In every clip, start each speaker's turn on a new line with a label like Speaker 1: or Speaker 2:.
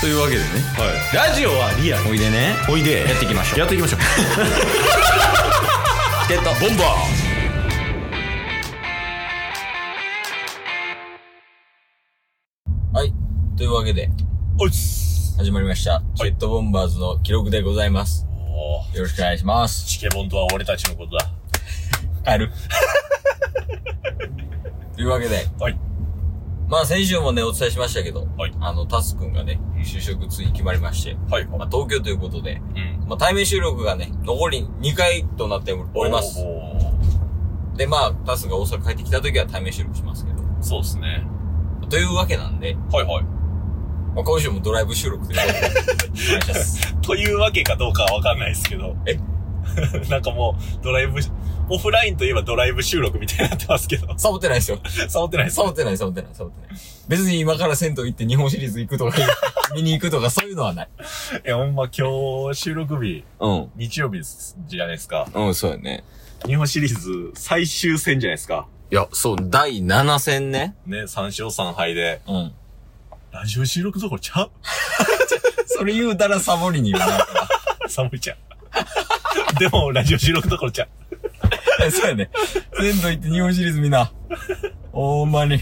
Speaker 1: というわけでね
Speaker 2: ラジオはリアル
Speaker 1: おいでね
Speaker 2: おいで
Speaker 1: やっていきましょう
Speaker 2: やっていきましょう
Speaker 1: チケットボンバーはいというわけで
Speaker 2: おいっす
Speaker 1: 始まりましたチケットボンバーズの記録でございます
Speaker 2: おー
Speaker 1: よろしくお願いします
Speaker 2: チケボンとは俺たちのことだ
Speaker 1: 帰 るというわけで
Speaker 2: はい
Speaker 1: まあ先週もねお伝えしましたけど、
Speaker 2: はい
Speaker 1: あのタス君がね就職ついに決まりまして、
Speaker 2: はい
Speaker 1: まあ、東京ということで、
Speaker 2: うん
Speaker 1: まあ、対面収録がね残り2回となっております
Speaker 2: おー
Speaker 1: で、まあ、タスが大阪帰ってきた時は対面収録しますけど。
Speaker 2: そうですね
Speaker 1: というわけなんで、
Speaker 2: はい はい
Speaker 1: まあ、今週もドライブ収録ということで、お願いします。
Speaker 2: というわけかどうかはわかんないですけど
Speaker 1: え
Speaker 2: なんかもうドライブオフラインといえばドライブ収録みたいになってますけど
Speaker 1: サボってないですよ。
Speaker 2: サボってないです
Speaker 1: サボってない、サボってない、サボってない。別に今から銭湯行って日本シリーズ行くとか、 見に行くとか、そういうのはない。
Speaker 2: いやほんま今日収録日
Speaker 1: うん。
Speaker 2: 日曜日ですじゃないですか
Speaker 1: うん、そうやね。
Speaker 2: 日本シリーズ最終戦じゃないですか
Speaker 1: いや、そう、第7戦ね。
Speaker 2: ね3勝3敗で
Speaker 1: うん。
Speaker 2: ラジオ収録どころちゃう
Speaker 1: それ言うたらサボりに言うな。
Speaker 2: 寒いちゃん。 でも、ラジオ収録どころちゃう。
Speaker 1: そうやね。銭湯行って日本シリーズみんな。ほんまに。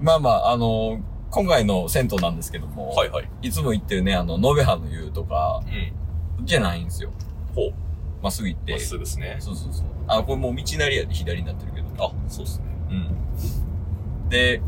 Speaker 1: まあまあ、あの今回の銭湯なんですけども、
Speaker 2: はいはい。
Speaker 1: いつも行ってるね、あの、延べ派の湯とか、
Speaker 2: うん。
Speaker 1: じゃないんですよ。
Speaker 2: ほう。
Speaker 1: まっすぐ行って。
Speaker 2: まっすぐですね。
Speaker 1: そうそうそう。あ、これもう道なりやで左になってるけど。あ、
Speaker 2: そうですね。
Speaker 1: うん。で、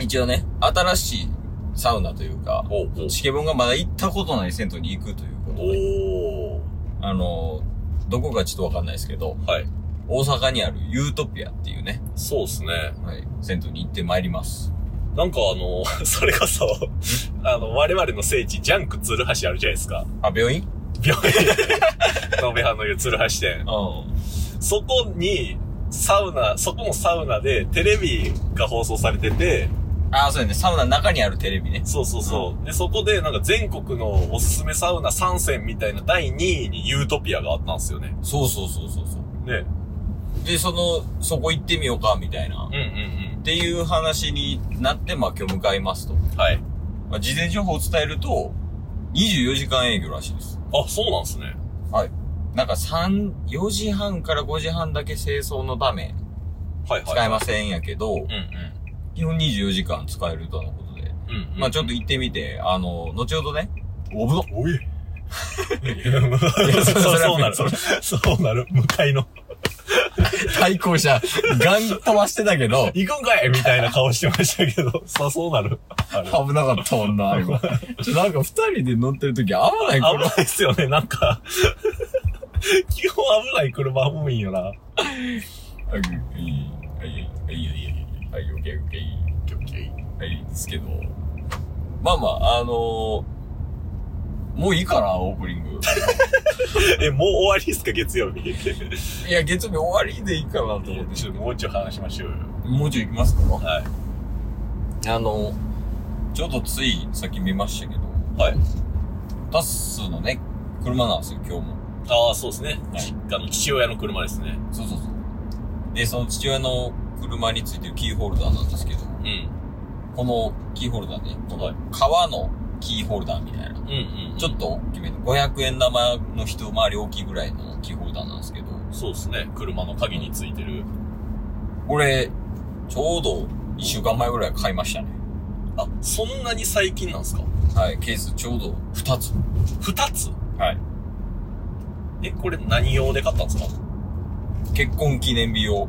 Speaker 1: 一応ね、新しいサウナというか、
Speaker 2: ほうほう。
Speaker 1: チケボンがまだ行ったことない銭湯に行くということで、
Speaker 2: お
Speaker 1: あの、どこかちょっとわかんないですけど、
Speaker 2: ー。はい。
Speaker 1: 大阪にあるユートピアっていうね、
Speaker 2: そうですね。
Speaker 1: はい、銭湯に行ってまいります。
Speaker 2: なんかあの、 それこそ、あの、我々の聖地、ジャンク鶴橋あるじゃないですか。
Speaker 1: あ、病院
Speaker 2: 病 院。延べ派の湯鶴橋店。
Speaker 1: う
Speaker 2: そこに、サウナ、そこのサウナでテレビが放送されてて、
Speaker 1: ん。あ、そうやね、サウナの中にあるテレビね。
Speaker 2: そうそうそう。で、そこでなんか全国のおすすめサウナ3選みたいな第2位にユートピアがあったんですよね。
Speaker 1: そうそうそうそうそう。
Speaker 2: ね。
Speaker 1: で、その、そこ行ってみようか、みたいな
Speaker 2: うん。うん
Speaker 1: っていう話になって、まあ今日向かいますと。
Speaker 2: うん。はい。
Speaker 1: まあ、事前情報を伝えると、24時間営業らしいです。
Speaker 2: あ、そうなんですね。
Speaker 1: なんか3、4時半から5時半だけ清掃のため
Speaker 2: はいはい。
Speaker 1: 使えませんやけど
Speaker 2: う、ん
Speaker 1: 基本24時間使えるとのことで。
Speaker 2: うん。うん、うん。
Speaker 1: まあちょっと
Speaker 2: い
Speaker 1: 行ってみて、あの、後ほどね。おぶの
Speaker 2: おい。そうそうなる。そうなる。向かいの。
Speaker 1: 対向車、ガン飛ばしてたけど、
Speaker 2: 行くんかいみたいな顔してましたけど。そうそうなる。あれ
Speaker 1: 危なかったもんな、今。ちょ、なんか二人で乗ってる時危ない
Speaker 2: 危
Speaker 1: こ
Speaker 2: な
Speaker 1: れ。
Speaker 2: いですよね、なんか。基本危ない車多いんよな。
Speaker 1: はい、はい、はい、はい、はい、オッケー、オッケー。はい、ですけど。まあまあ、あのー、もういいかな、オープニング。
Speaker 2: え、もう終わりっすか、月曜日。
Speaker 1: いや、月曜日終わりでいいかなと思って。
Speaker 2: ちょっともうちょい話しましょうよ。
Speaker 1: もうちょい行きますか
Speaker 2: はい。
Speaker 1: あのちょっとついさっき見ましたけど、
Speaker 2: はい。
Speaker 1: タッスのね、車なんですよ、今日も。
Speaker 2: ああ、そうですね。
Speaker 1: はい
Speaker 2: 実家の父親の車ですね。
Speaker 1: そうそうそう。で、その父親の車についてるキーホルダーなんですけど、
Speaker 2: うん。
Speaker 1: このキーホルダーね、この
Speaker 2: はい
Speaker 1: 革のキーホルダーみたいな。
Speaker 2: うんうん。
Speaker 1: ちょっと大きめの、500円玉の一回り大きいぐらいのキーホルダーなんですけど、
Speaker 2: そうですね。車の鍵についてる。
Speaker 1: これ、ちょうど1週間前ぐらい買いましたね。
Speaker 2: あ、そんなに最近なんですか
Speaker 1: はい、ケースちょうど2つ。
Speaker 2: 二つ
Speaker 1: はい。
Speaker 2: え、これ何用で買ったんですか
Speaker 1: 結婚記念日用、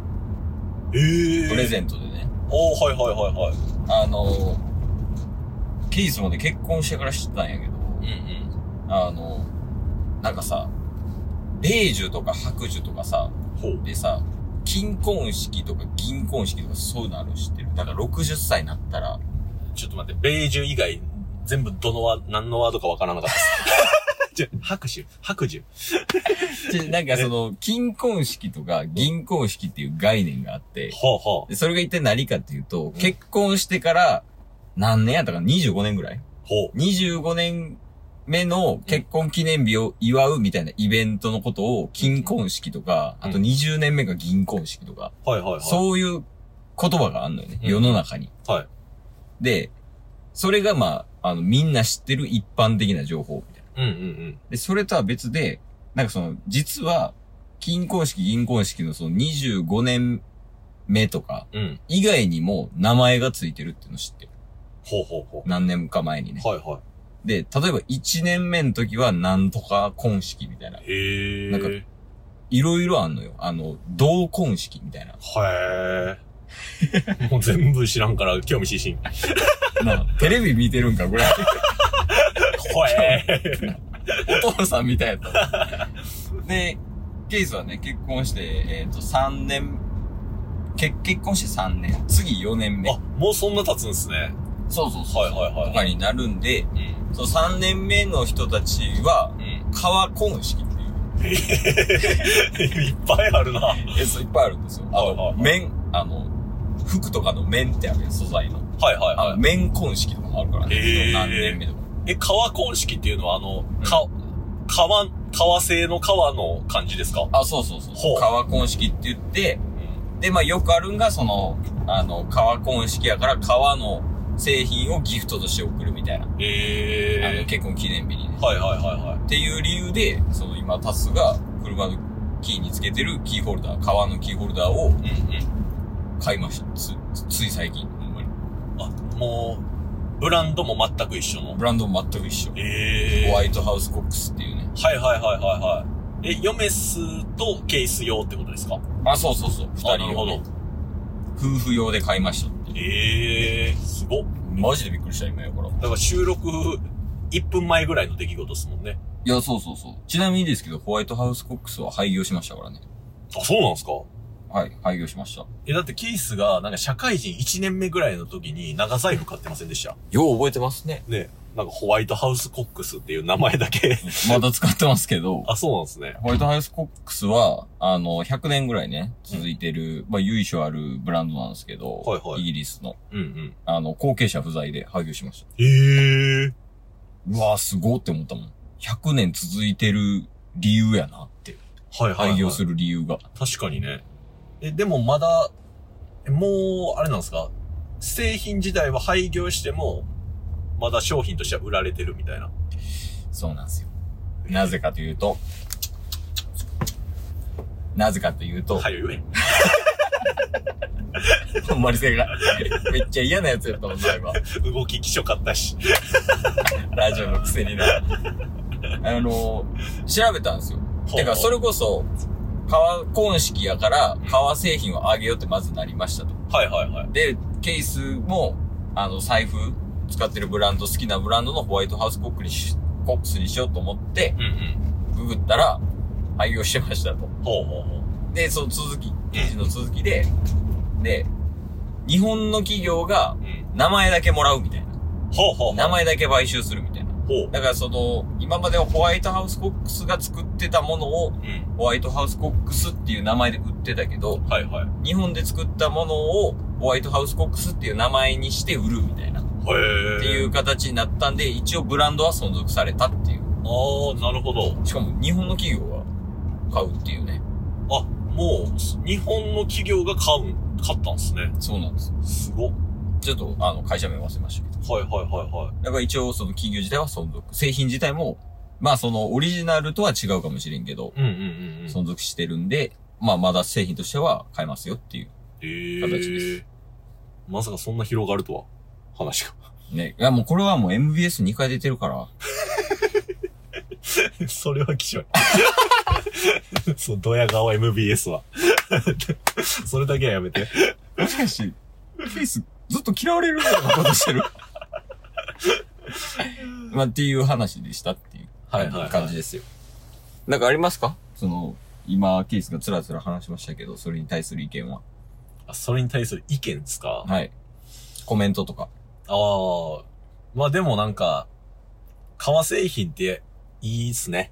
Speaker 2: ええ
Speaker 1: プレ
Speaker 2: ン
Speaker 1: ゼントでね。
Speaker 2: ト。おー、はいはいはいはい。
Speaker 1: あの、ケースまで結婚してから知ってたんやけど、
Speaker 2: うん
Speaker 1: あの、なんかさ、ベージュとか白樹とかさ、
Speaker 2: うん。ほう。
Speaker 1: でさ、金婚式とか銀婚式とかそういうのあるの知ってる。だから60歳になったら、
Speaker 2: ちょっと待って、ベージュ以外、全部どのワ、何のワードかわからなかったです。 ちょ、拍手、拍手。
Speaker 1: でなんかその、金婚式とか銀婚式っていう概念があって、
Speaker 2: ほうほう。
Speaker 1: でそれが一体何かっていうと、
Speaker 2: ん
Speaker 1: 結婚してから何年やったかな ?25 年ぐらい
Speaker 2: ほ
Speaker 1: ?25 年目の結婚記念日を祝うみたいなイベントのことを、金婚式とか、
Speaker 2: うん
Speaker 1: あと20年目が銀婚式とか、
Speaker 2: う。はいはいはい。う。
Speaker 1: そういう言葉があるのよね、
Speaker 2: うん
Speaker 1: 世の中に。
Speaker 2: はい。
Speaker 1: で、それがまあ、あの、みんな知ってる一般的な情報みたいな。
Speaker 2: うんうん
Speaker 1: で、それとは別で、なんかその、実は、金婚式、銀婚式のその25年目とか、
Speaker 2: うん。うん。
Speaker 1: 以外にも名前がついてるっていうの知ってる。
Speaker 2: ほうほうほ
Speaker 1: 何年か前にね。
Speaker 2: う。はいは
Speaker 1: で、例えば1年目の時はなんとか婚式みたいな。
Speaker 2: い。へえ。
Speaker 1: なんか
Speaker 2: へ
Speaker 1: いろいろあんのよ。あの、同婚式みたいな。
Speaker 2: え。もう全部知らんから興味津々。
Speaker 1: なあテレビ見てるんか、 これ。
Speaker 2: ほえ
Speaker 1: お父さんみたいやった。で、ケイスはね、結婚して、えっ、と、3年、結、結婚して3年、次4年目
Speaker 2: ー。あ。、もうそんな経つんすね。
Speaker 1: そうそうそう。
Speaker 2: はいはい
Speaker 1: と
Speaker 2: は
Speaker 1: か
Speaker 2: い。
Speaker 1: になるんで、
Speaker 2: うん。
Speaker 1: その3年目の人たちは、
Speaker 2: うん。
Speaker 1: 川婚式っていう。
Speaker 2: いっぱいあるな。はい
Speaker 1: え、そういっぱいあるんですよ。あ
Speaker 2: はいはい
Speaker 1: の、
Speaker 2: はい
Speaker 1: 面、あの、服とかの面ってあるやん素材の。
Speaker 2: はい
Speaker 1: あ
Speaker 2: は
Speaker 1: の、
Speaker 2: い。
Speaker 1: 面婚式とかもあるからね。
Speaker 2: へー
Speaker 1: 何年目とか。
Speaker 2: え、川婚式っていうのはあの、か、川、川製の川の感じですか
Speaker 1: あ、そうそうそう。
Speaker 2: ほう
Speaker 1: 川婚式って言って、
Speaker 2: うん。
Speaker 1: で、まあよくあるんが、その、あの、革婚式やから、革の製品をギフトとして送るみたいな。あの
Speaker 2: え
Speaker 1: 結婚記念日にね。
Speaker 2: ー。はいはいはいはい。
Speaker 1: っていう理由で、その今タスが車のキーにつけてるキーホルダー、革のキーホルダーを
Speaker 2: うんうん。
Speaker 1: 買いました。つ、つい最近、ほんまに。
Speaker 2: あ、もう、ブランドも全く一緒の。
Speaker 1: ブランドも全く一緒。
Speaker 2: ええー。
Speaker 1: ホワイトハウスコックスっていうね。
Speaker 2: はいはいはいはいはい。え、ヨメスとケース用ってことですか
Speaker 1: あ、そうそうそう。二人
Speaker 2: あなる
Speaker 1: 用
Speaker 2: ほ
Speaker 1: で
Speaker 2: ど。
Speaker 1: 夫婦用で買いましたっていう。
Speaker 2: ええー、すごっ。
Speaker 1: マジでびっくりした、今やから。い
Speaker 2: だから収録1分前ぐらいの出来事ですもんね。
Speaker 1: や、そうそうそう。ちなみにですけど、ホワイトハウスコックスは廃業しましたからね。
Speaker 2: あ、そうなんですか
Speaker 1: はい、廃業しました。
Speaker 2: え、だってケースがなんか社会人1年目ぐらいの時に長財布買ってませんでした
Speaker 1: よう覚えてますね。
Speaker 2: ね。なんかホワイトハウスコックスっていう名前だけ。
Speaker 1: まだ使ってますけ ど、
Speaker 2: あ、そうなんですね。
Speaker 1: ホワイトハウスコックスは、あの、100年ぐらいね、続いてる、まあ、由緒あるブランドなんですけど、
Speaker 2: はいはい
Speaker 1: イギリスの、
Speaker 2: うんうん。
Speaker 1: あの、後継者不在で廃業しました。
Speaker 2: ええー。
Speaker 1: うわーすごーって思ったもん。100年続いてる理由やなって。
Speaker 2: はいはい、はい。
Speaker 1: 廃業する理由が。
Speaker 2: 確かにね。え、でもまだ、えもう、あれなんですか製品自体は廃業しても、まだ商品としては売られてるみたいな。
Speaker 1: そうなんですよ。なぜかというと、なぜかというと、
Speaker 2: はい、 言え。
Speaker 1: ほんまに正解。めっちゃ嫌なやつやったもんな、今。
Speaker 2: 動き気象かったし。
Speaker 1: ラジオのくせにな。あの、調べたんですよ。てか、そ
Speaker 2: れ、
Speaker 1: れこそ、革婚式やから
Speaker 2: ん、
Speaker 1: 革製品をあげようってまずなりましたと。
Speaker 2: はいはいはい。
Speaker 1: で、ケースも、あの、財布、使ってるブランド、好きなブランドのホワイトハウスコックにし、コックスにしようと思って
Speaker 2: う、んうん。
Speaker 1: ググったら、廃業してましたと。
Speaker 2: ほうほうほう。
Speaker 1: で、その続き、記事の続きで、で、日本の企業が
Speaker 2: うん。
Speaker 1: 名前だけもらうみたいな。
Speaker 2: ほうほうほう。
Speaker 1: 名前だけ買収するみたいな。
Speaker 2: ほう。
Speaker 1: だからその、今まではホワイトハウスコックスが作ってたものを、
Speaker 2: うん。
Speaker 1: ホワイトハウスコックスっていう名前で売ってたけど、
Speaker 2: はいはい。
Speaker 1: 日本で作ったものをホワイトハウスコックスっていう名前にして売るみたいな、っ
Speaker 2: へえ。。
Speaker 1: ていうう形になったんで、一応ブランドは存続されたっていう。
Speaker 2: ああ、なるほど。
Speaker 1: しかも日本の企業が買うっていうね。
Speaker 2: あ、もう、日本の企業が買うん、買ったんですね。
Speaker 1: そうなんです。
Speaker 2: すごっ。
Speaker 1: ちょっと、あの、会社名忘れましたけど。
Speaker 2: はいはいはいは
Speaker 1: だから一応その企業自体は存続。製品自体も、まあそのオリジナルとは違うかもしれんけど、
Speaker 2: い。うんうんうんうん。
Speaker 1: 存続してるんで、まあまだ製品としては買えますよっていう。
Speaker 2: えー、
Speaker 1: 形です
Speaker 2: まさかそんな広がるとは、話が。
Speaker 1: ね。いやもうこれはもう MBS2 回出てるから。
Speaker 2: それはきしょい。 そう、ドヤ顔 MBS は。 それだけはやめて。
Speaker 1: もしかし、フェイスずっと嫌われるようなことし てる。まあ、っていう話でしたっていう
Speaker 2: はいはいはい
Speaker 1: 感じですよ。なんかありますかその、今、ケースがつらつら話しましたけど、それに対する意見は。
Speaker 2: あ、それに対する意見ですか
Speaker 1: はい。コメントとか。
Speaker 2: ああ。まあでもなんか、革製品っていいっすね。